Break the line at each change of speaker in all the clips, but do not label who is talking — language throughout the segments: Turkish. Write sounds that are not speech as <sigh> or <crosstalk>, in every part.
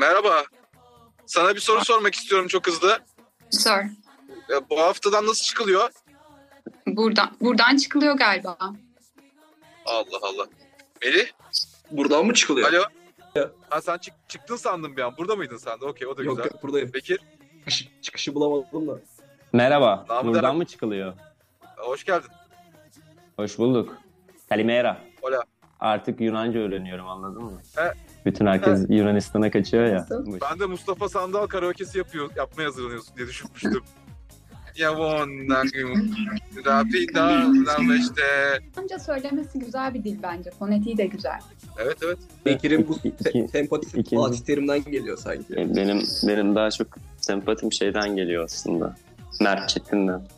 Merhaba. Sana bir soru sormak istiyorum çok hızlı.
Sor.
E, Bu haftadan nasıl çıkılıyor?
Buradan, buradan çıkılıyor galiba.
Allah Allah. Melih?
Buradan mı çıkılıyor?
Alo? Ha sen çık- çıktın sandım bir an. Burada mıydın sen de? Okey o da
Yok
güzel.
yok buradayım.
Bekir,
Çıkışı, çıkışı bulamadım
<laughs>
da.
Merhaba.
Namı
Buradan
demek.
mı çıkılıyor?
hoş geldin.
Hoş bulduk. Kalimera.
Hola.
Artık Yunanca öğreniyorum anladın mı?
He.
Bütün herkes Yunanistan'a kaçıyor ya. Bu-
Ben de Mustafa Sandal karaoke'si yapıyor, yapmaya hazırlanıyorsun diye düşünmüştüm. Yavon, rapida, işte.
Yunanca söylemesi güzel bir dil bence. Fonetiği de güzel.
Evet evet.
Bekir'in bu
İki-
te-
iki-
sempatisi
ikinci-
Fatih Terim'den geliyor sanki.
Benim benim daha çok sempatim şeyden geliyor aslında. Mert Çetin'den.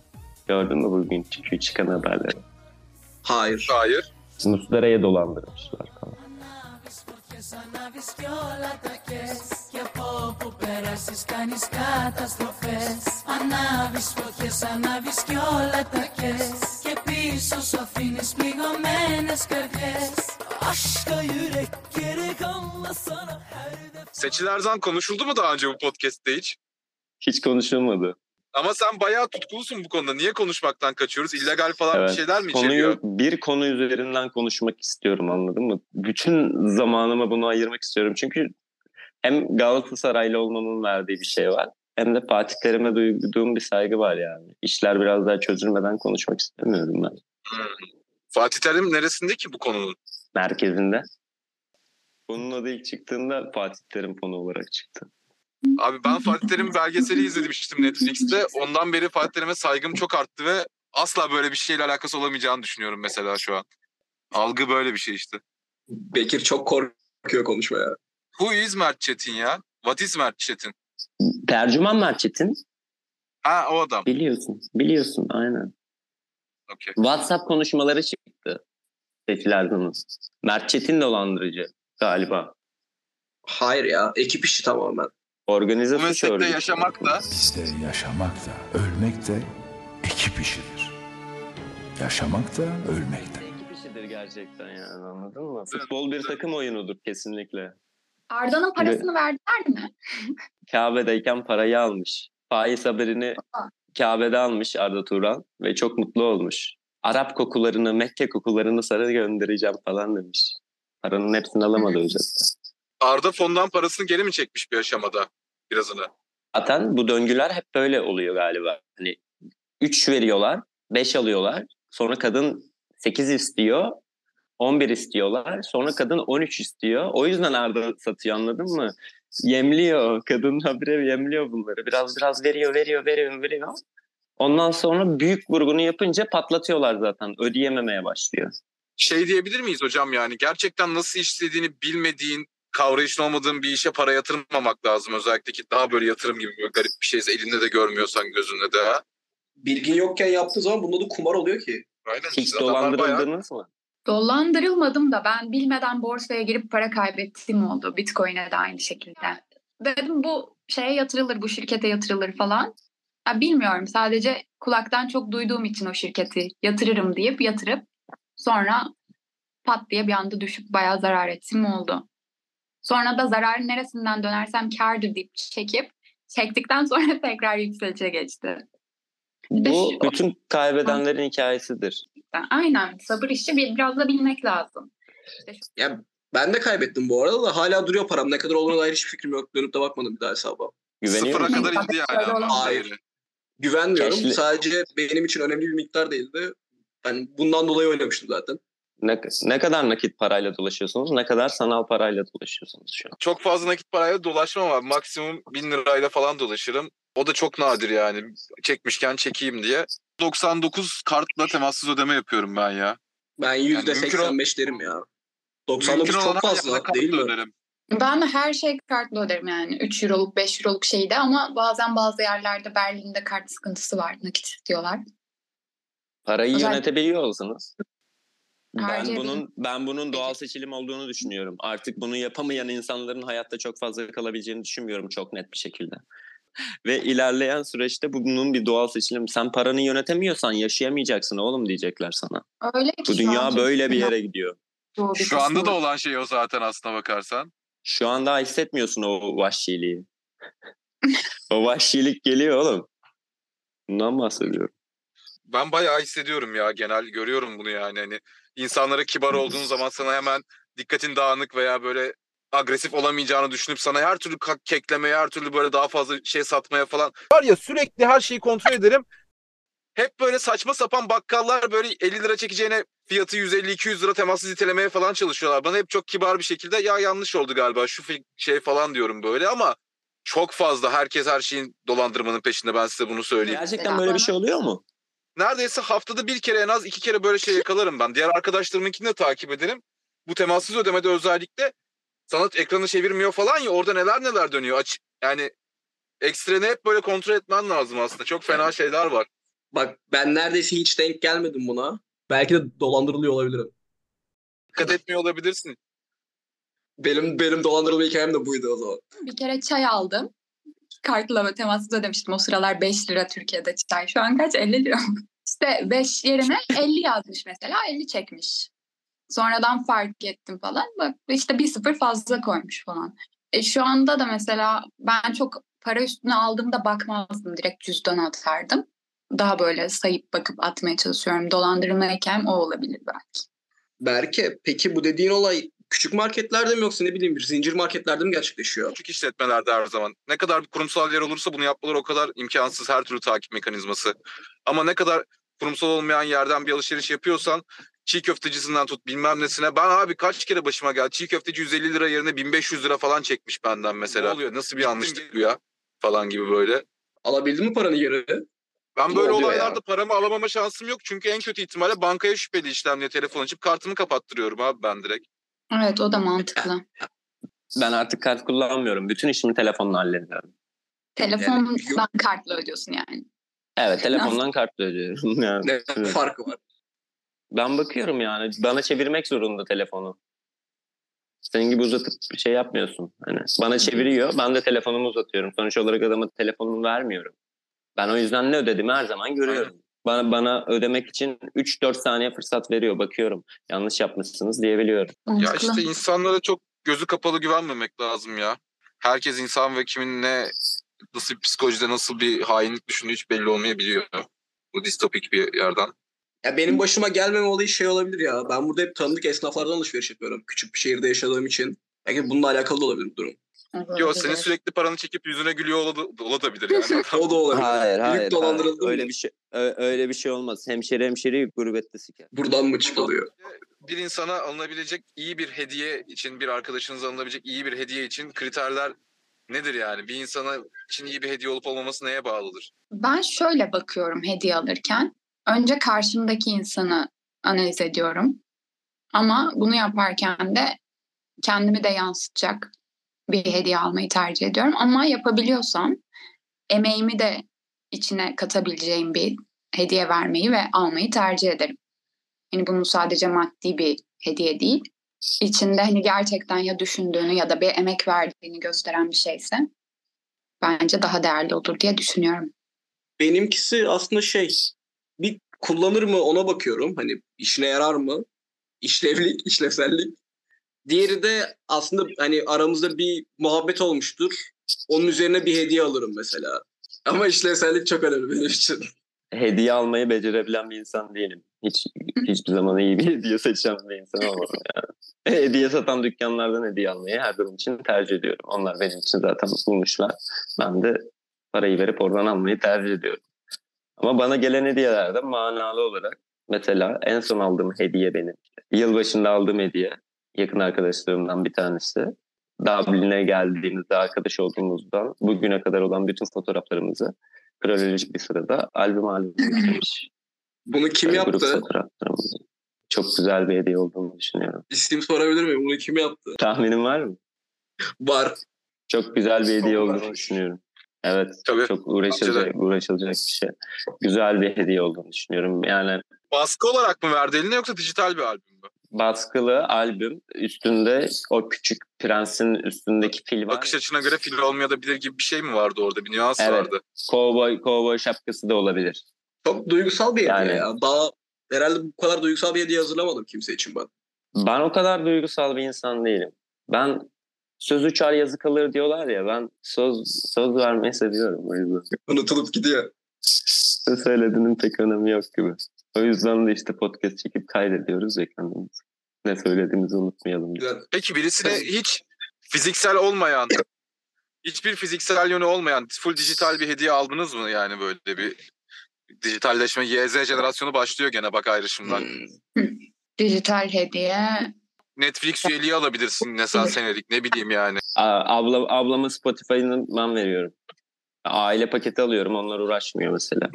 Gördün mü bugün çünkü çıkan haberleri?
Hayır.
Hayır.
Muslera'ya dolandırmışlar falan.
Seçil Erzan konuşuldu mu daha önce bu podcast'te hiç?
Hiç konuşulmadı.
Ama sen bayağı tutkulusun bu konuda. Niye konuşmaktan kaçıyoruz? İllegal falan
Evet.
bir şeyler mi içeriyor?
Konuyu bir konu üzerinden konuşmak istiyorum anladın mı? Bütün zamanımı bunu ayırmak istiyorum. Çünkü hem Galatasaraylı olmamın verdiği bir şey var. Hem de Fatih Terim'e duyduğum bir saygı var yani. İşler biraz daha çözülmeden konuşmak istemiyorum ben.
Fatih Terim neresinde ki bu konunun?
Merkezinde. Bunun adı ilk çıktığında Fatih Terim konu olarak çıktı.
Abi ben Fatih Terim belgeseli izlemiştim Netflix'te. Ondan beri Fatih Terim'e saygım çok arttı ve asla böyle bir şeyle alakası olamayacağını düşünüyorum mesela şu an. Algı böyle bir şey işte.
Bekir çok korkuyor konuşmaya.
Who is Mert Çetin ya? What is Mert Çetin?
Tercüman Mert Çetin.
Ha o adam.
Biliyorsun. Biliyorsun aynen.
Okey.
WhatsApp konuşmaları çıktı. Seçil Erzan'ın. Mert Çetin dolandırıcı galiba.
Hayır ya. Ekip işi tamamen.
Organize
Bu
suç
meslekte
örgütü.
yaşamak da
İşte yaşamak da, ölmek de ekip işidir. Yaşamak da, ölmek de.
Ekip işidir gerçekten yani anladın mı? Futbol bir takım oyunudur kesinlikle.
Arda'nın parasını verdiler mi?
Kabe'deyken parayı almış. Faiz haberini Kabe'de almış Arda Turan ve çok mutlu olmuş. Arap kokularını, Mekke kokularını sana göndereceğim falan demiş. Paranın hepsini alamadı özellikle.
Arda fondan parasını geri mi çekmiş bir aşamada birazını?
Zaten bu döngüler hep böyle oluyor galiba. Hani 3 veriyorlar, 5 alıyorlar. Sonra kadın 8 istiyor, 11 istiyorlar. Sonra kadın 13 istiyor. O yüzden Arda satıyor anladın mı? Yemliyor. Kadın habire yemliyor bunları. Biraz biraz veriyor, veriyor, veriyor, veriyor. Ondan sonra büyük vurgunu yapınca patlatıyorlar zaten. Ödeyememeye başlıyor.
Şey diyebilir miyiz hocam yani gerçekten nasıl işlediğini bilmediğin kavrayışın olmadığın bir işe para yatırmamak lazım. Özellikle ki daha böyle yatırım gibi böyle garip bir şeyse elinde de görmüyorsan gözünde de. Ha?
Bilgin yokken yaptığı zaman bunda da kumar oluyor ki.
Aynen.
Hiç
Adamlar bayağı-
dolandırıldınız mı?
Dolandırılmadım da ben bilmeden borsaya girip para kaybettiğim oldu. Bitcoin'e de aynı şekilde. Dedim bu şeye yatırılır, bu şirkete yatırılır falan. Ya bilmiyorum sadece kulaktan çok duyduğum için o şirketi yatırırım deyip yatırıp sonra pat diye bir anda düşüp bayağı zarar ettim oldu. Sonra da zararın neresinden dönersem kârdır deyip çekip çektikten sonra <laughs> tekrar yükselişe geçti. de
Bu
şu-
bütün kaybedenlerin hikayesidir.
gerçekten. Aynen sabır işi bir- biraz da bilmek lazım.
Ya ben de kaybettim bu arada da hala duruyor param. Ne kadar olduğuna dair hiçbir fikrim yok. Dönüp de bakmadım bir daha hesaba.
Güveniyor
Sıfıra
musun?
kadar indi yani.
Hayır.
adam sayılı.
Güvenmiyorum.
Keşke-
Sadece benim için önemli bir miktar değildi. Ben bundan dolayı oynamıştım zaten.
Ne, ne kadar nakit parayla dolaşıyorsunuz, ne kadar sanal parayla dolaşıyorsunuz şu an?
Çok fazla nakit parayla dolaşmam var. Maksimum bin lirayla falan dolaşırım. O da çok nadir yani. Çekmişken çekeyim diye. 99 kartla temassız ödeme yapıyorum ben ya.
Ben
mümkün
%85 derim ya. 99
Mümkün
çok
olana ayakla
fazla
kartla
değil mi?
öderim.
Ben her şey kartla öderim yani. 3 euroluk 5 euroluk şeyde ama bazen bazı yerlerde Berlin'de kart sıkıntısı var. Nakit istiyorlar.
Parayı
Özel-
yönetebiliyor musunuz? Ben
Harcayabilirim.
bunun ben bunun doğal seçilim olduğunu düşünüyorum. Artık bunu yapamayan insanların hayatta çok fazla kalabileceğini düşünmüyorum çok net bir şekilde. <laughs> Ve ilerleyen süreçte bu- bunun bir doğal seçilim. Sen paranı yönetemiyorsan yaşayamayacaksın oğlum diyecekler sana.
Öyle ki
Bu
şu
dünya
an
böyle bir
Türkiye'nin
yere gidiyor.
yaptığı bir
Şu anda
kısmı-
da olan şey o zaten aslına bakarsan.
Şu an daha hissetmiyorsun
<laughs>
o vahşiliği. o vahşilik geliyor oğlum. Bundan bahsediyorum.
Ben bayağı hissediyorum ya genel görüyorum bunu yani. Hani insanlara kibar olduğun zaman sana hemen dikkatin dağınık veya böyle agresif olamayacağını düşünüp sana her türlü ka- keklemeye, her türlü böyle daha fazla şey satmaya falan. Var ya sürekli her şeyi kontrol ederim. Hep böyle saçma sapan bakkallar böyle 50 lira çekeceğine fiyatı 150-200 lira temassız itelemeye falan çalışıyorlar. Bana hep çok kibar bir şekilde ya yanlış oldu galiba şu fi- şey falan diyorum böyle ama çok fazla herkes her şeyin dolandırmanın peşinde ben size bunu söyleyeyim.
Gerçekten böyle bir şey oluyor mu?
Neredeyse haftada bir kere en az iki kere böyle şey yakalarım ben. Diğer arkadaşlarımınkini de takip ederim. Bu temassız ödemede özellikle sanat ekranı çevirmiyor falan ya orada neler neler dönüyor. Aç, yani ekstreni hep böyle kontrol etmen lazım aslında. Çok fena şeyler var.
Bak ben neredeyse hiç denk gelmedim buna. Belki de dolandırılıyor olabilirim.
Dikkat etmiyor olabilirsin.
Benim benim dolandırılma hikayem de buydu o zaman.
Bir kere çay aldım. Kartla ve temassız ödemiştim. O sıralar 5 lira Türkiye'de çay. Şu an kaç? 50 lira mı? <laughs> İşte 5 yerine 50 yazmış mesela. 50 çekmiş. Sonradan fark ettim falan. Bak işte bir sıfır fazla koymuş falan. E şu anda da mesela ben çok para üstüne aldığımda bakmazdım. Direkt cüzdan atardım. Daha böyle sayıp bakıp atmaya çalışıyorum. Dolandırma hikayem o olabilir belki.
Berke peki bu dediğin olay küçük marketlerde mi yoksa ne bileyim bir zincir marketlerde mi gerçekleşiyor?
Küçük işletmelerde her zaman. Ne kadar bir kurumsal yer olursa bunu yapmaları o kadar imkansız her türlü takip mekanizması. Ama ne kadar kurumsal olmayan yerden bir alışveriş yapıyorsan çiğ köftecisinden tut bilmem nesine. Ben abi kaç kere başıma geldi. Çiğ köfteci 150 lira yerine 1500 lira falan çekmiş benden mesela. Ne oluyor? Nasıl bir yanlışlık bu ya? Falan gibi böyle.
Alabildin mi paranı geri?
Ben
Ne
böyle
oluyor
olaylarda
ya?
paramı alamama şansım yok. Çünkü en kötü ihtimalle bankaya şüpheli işlemle telefon açıp kartımı kapattırıyorum abi ben direkt.
Evet o da mantıklı.
Ben artık kart kullanmıyorum. Bütün işimi telefonla hallediyorum.
Telefondan
yok.
kartla ödüyorsun yani.
Evet <laughs> telefondan kartla ödüyorum. Yani
Ne
Evet.
farkı var?
ben bakıyorum yani. Bana çevirmek zorunda telefonu. Senin gibi uzatıp bir şey yapmıyorsun. Hani bana çeviriyor. Ben de telefonumu uzatıyorum. Sonuç olarak adama telefonumu vermiyorum. Ben o yüzden ne ödediğimi her zaman görüyorum. Bana, bana ödemek için 3-4 saniye fırsat veriyor. Bakıyorum. Yanlış yapmışsınız diyebiliyorum.
Ya
Mantıklı.
işte insanlara çok gözü kapalı güvenmemek lazım ya. Herkes insan ve kimin ne nasıl bir psikolojide nasıl bir hainlik düşündüğü hiç belli olmayabiliyor. Bu distopik bir yerden.
Ya benim başıma gelmeme olayı şey olabilir ya. Ben burada hep tanıdık esnaflardan alışveriş yapıyorum. Küçük bir şehirde yaşadığım için. Belki bununla alakalı da olabilir bu <laughs> durum.
Yo senin sürekli paranı çekip yüzüne gülüyor olada- olabilir
<laughs>
yani.
O da olabilir.
Hayır
Büyük
hayır. hayır.
dolandırıldım.
Öyle bir şey ö- öyle bir şey olmaz. Hemşeri hemşeri gurbette siker.
Buradan mı çıkılıyor?
bir insana alınabilecek iyi bir hediye için bir arkadaşınıza alınabilecek iyi bir hediye için kriterler nedir yani? Bir insana için iyi bir hediye olup olmaması neye bağlıdır?
Ben şöyle bakıyorum hediye alırken. Önce karşımdaki insanı analiz ediyorum. Ama bunu yaparken de kendimi de yansıtacak bir hediye almayı tercih ediyorum. Ama yapabiliyorsam emeğimi de içine katabileceğim bir hediye vermeyi ve almayı tercih ederim. Yani bunu sadece maddi bir hediye değil. İçinde hani gerçekten ya düşündüğünü ya da bir emek verdiğini gösteren bir şeyse bence daha değerli olur diye düşünüyorum.
Benimkisi aslında şey bir kullanır mı ona bakıyorum. Hani işine yarar mı? İşlevlik, <laughs> işlevsellik. Diğeri de aslında hani aramızda bir muhabbet olmuştur. Onun üzerine bir hediye alırım mesela. Ama işlevsellik çok önemli benim için.
hediye almayı becerebilen bir insan değilim. Hiç hiçbir zaman iyi bir hediye seçen bir insan olmadım yani. E, Hediye satan dükkanlardan hediye almayı her zaman için tercih ediyorum. Onlar benim için zaten bulmuşlar. Ben de parayı verip oradan almayı tercih ediyorum. Ama bana gelen hediyelerden manalı olarak mesela en son aldığım hediye benim. Yılbaşında aldığım hediye yakın arkadaşlarımdan bir tanesi. Dublin'e geldiğimizde arkadaş olduğumuzdan bugüne kadar olan bütün fotoğraflarımızı kronolojik bir sırada
<laughs>
albüm albüm bitirmiş.
Bunu kim
Böyle grup
yaptı?
fotoğraflarımızı. Çok güzel bir hediye olduğunu düşünüyorum.
İsim sorabilir miyim? Bunu kim yaptı?
Tahminin var mı?
Var.
Çok güzel bir hediye
Çok
olduğunu
güzelmiş.
düşünüyorum. Evet.
Tabii.
Çok uğraşılacak, uğraşılacak bir şey. Güzel bir hediye olduğunu düşünüyorum. Yani
Baskı olarak mı verdi eline yoksa dijital bir albüm mü?
baskılı albüm üstünde o küçük prensin üstündeki fil var.
Bakış
ya,
açına göre fil olmayabilir gibi bir şey mi vardı orada? Bir nüans
Evet.
vardı.
Kovboy, kovboy şapkası da olabilir.
Çok duygusal bir hediye
Yani.
ya. Daha herhalde bu kadar duygusal bir hediye hazırlamadım kimse için ben.
Ben o kadar duygusal bir insan değilim. Ben söz uçar yazı kalır diyorlar ya ben söz söz vermeyi seviyorum o yüzden.
Unutulup gidiyor.
Ne söylediğinin pek önemi yok gibi. O yüzden de işte podcast çekip kaydediyoruz ya kendimiz. Ne söylediğimizi unutmayalım diye.
Güzel.
Peki birisine hiç fiziksel olmayan, hiçbir fiziksel yönü olmayan full dijital bir hediye aldınız mı yani böyle bir dijitalleşme YZ jenerasyonu başlıyor gene bak ayrışımlar.
Hmm.
Dijital hediye.
Netflix üyeliği alabilirsin mesela senelik ne bileyim yani.
Aa, abla, ablama Spotify'ını ben veriyorum. Aile paketi alıyorum. Onlar uğraşmıyor mesela.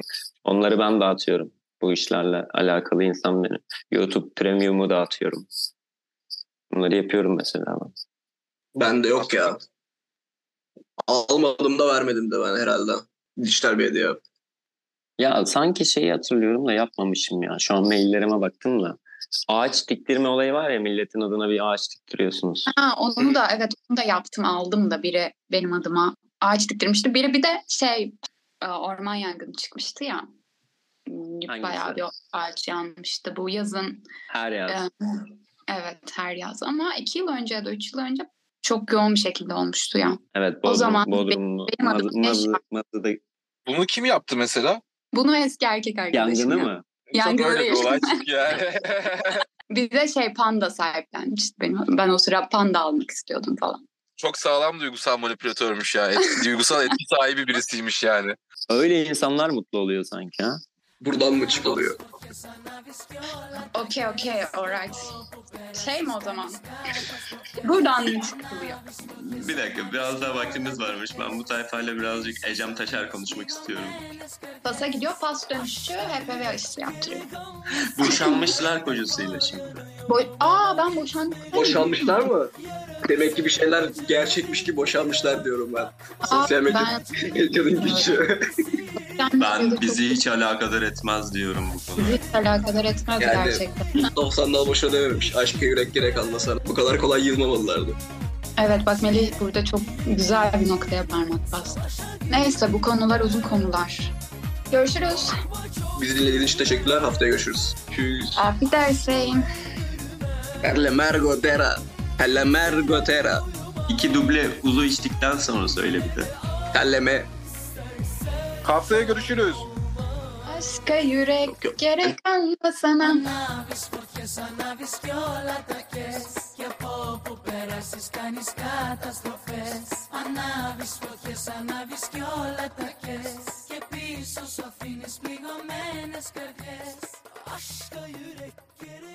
Onları ben dağıtıyorum. Bu işlerle alakalı insan benim. YouTube Premium'u dağıtıyorum. Bunları yapıyorum mesela ben.
Ben de yok ya. Almadım da vermedim de ben herhalde. Dijital bir hediye.
Ya sanki şeyi hatırlıyorum da yapmamışım ya. Şu an maillerime baktım da. Ağaç diktirme olayı var ya milletin adına bir ağaç diktiriyorsunuz.
Ha, onu da evet onu da yaptım aldım da biri benim adıma ağaç diktirmişti. Biri bir de şey e, orman yangını çıkmıştı ya. Hmm,
Hangisi?
Bayağı bir ağaç yanmıştı bu yazın.
Her yaz.
Ee, Evet her yaz ama iki yıl önce ya da üç yıl önce çok yoğun bir şekilde olmuştu ya.
Evet Bodrum,
zaman
Bodrumlu.
benim adım
Mazı- Mazı-
Neşe.
Mazı'da
Bunu kim yaptı mesela?
Bunu eski erkek arkadaşım
yangını
yaptı.
mı?
Çok
Yangını
öyle bir
değil.
olay çünkü yani.
Bir de şey panda sahiplenmişti benim. Ben o sıra panda almak istiyordum falan.
<laughs> Çok sağlam duygusal manipülatörmüş ya. Et- duygusal etki sahibi birisiymiş yani.
Öyle insanlar mutlu oluyor sanki ha.
Buradan mı çıkılıyor?
Okey okey alright. Şey mi o zaman? Buradan mı çıkılıyor?
Bir dakika biraz daha vaktimiz varmış. Ben bu tayfayla birazcık Ecem Taşer konuşmak istiyorum.
Pasa gidiyor pas dönüşü hep eve işi yaptırıyor.
Boşanmışlar kocasıyla şimdi.
Boy Aa ben boşandım.
Boşanmışlar mı? Demek ki bir şeyler gerçekmiş ki boşanmışlar diyorum ben.
Aa,
Sosyal medya.
ben
Medyanın gücü. <laughs>
boşandım.
Ben bizi hiç alakadar etmez diyorum bu konu.
Bizi hiç alakadar etmez
Yani-
gerçekten.
90 dal boşa dememiş. Aşka yürek gerek anlasana. Bu kadar kolay yılmamalılardı.
Evet bak Melih burada çok güzel bir noktaya parmak bastı. Neyse bu konular uzun konular. Görüşürüz.
Bizi dinlediğiniz için teşekkürler. Haftaya görüşürüz. Tschüss.
Afiyet olsun.
Perle mergo tera. Perle mergo tera.
İki duble uzu içtikten sonra söyle bir de.
Telleme.
Haftaya görüşürüz.
Aşka yürek
Yok, yok.
gerek anla sana.
και πίσω σου αφήνεις πληγωμένες καρδιές Ας το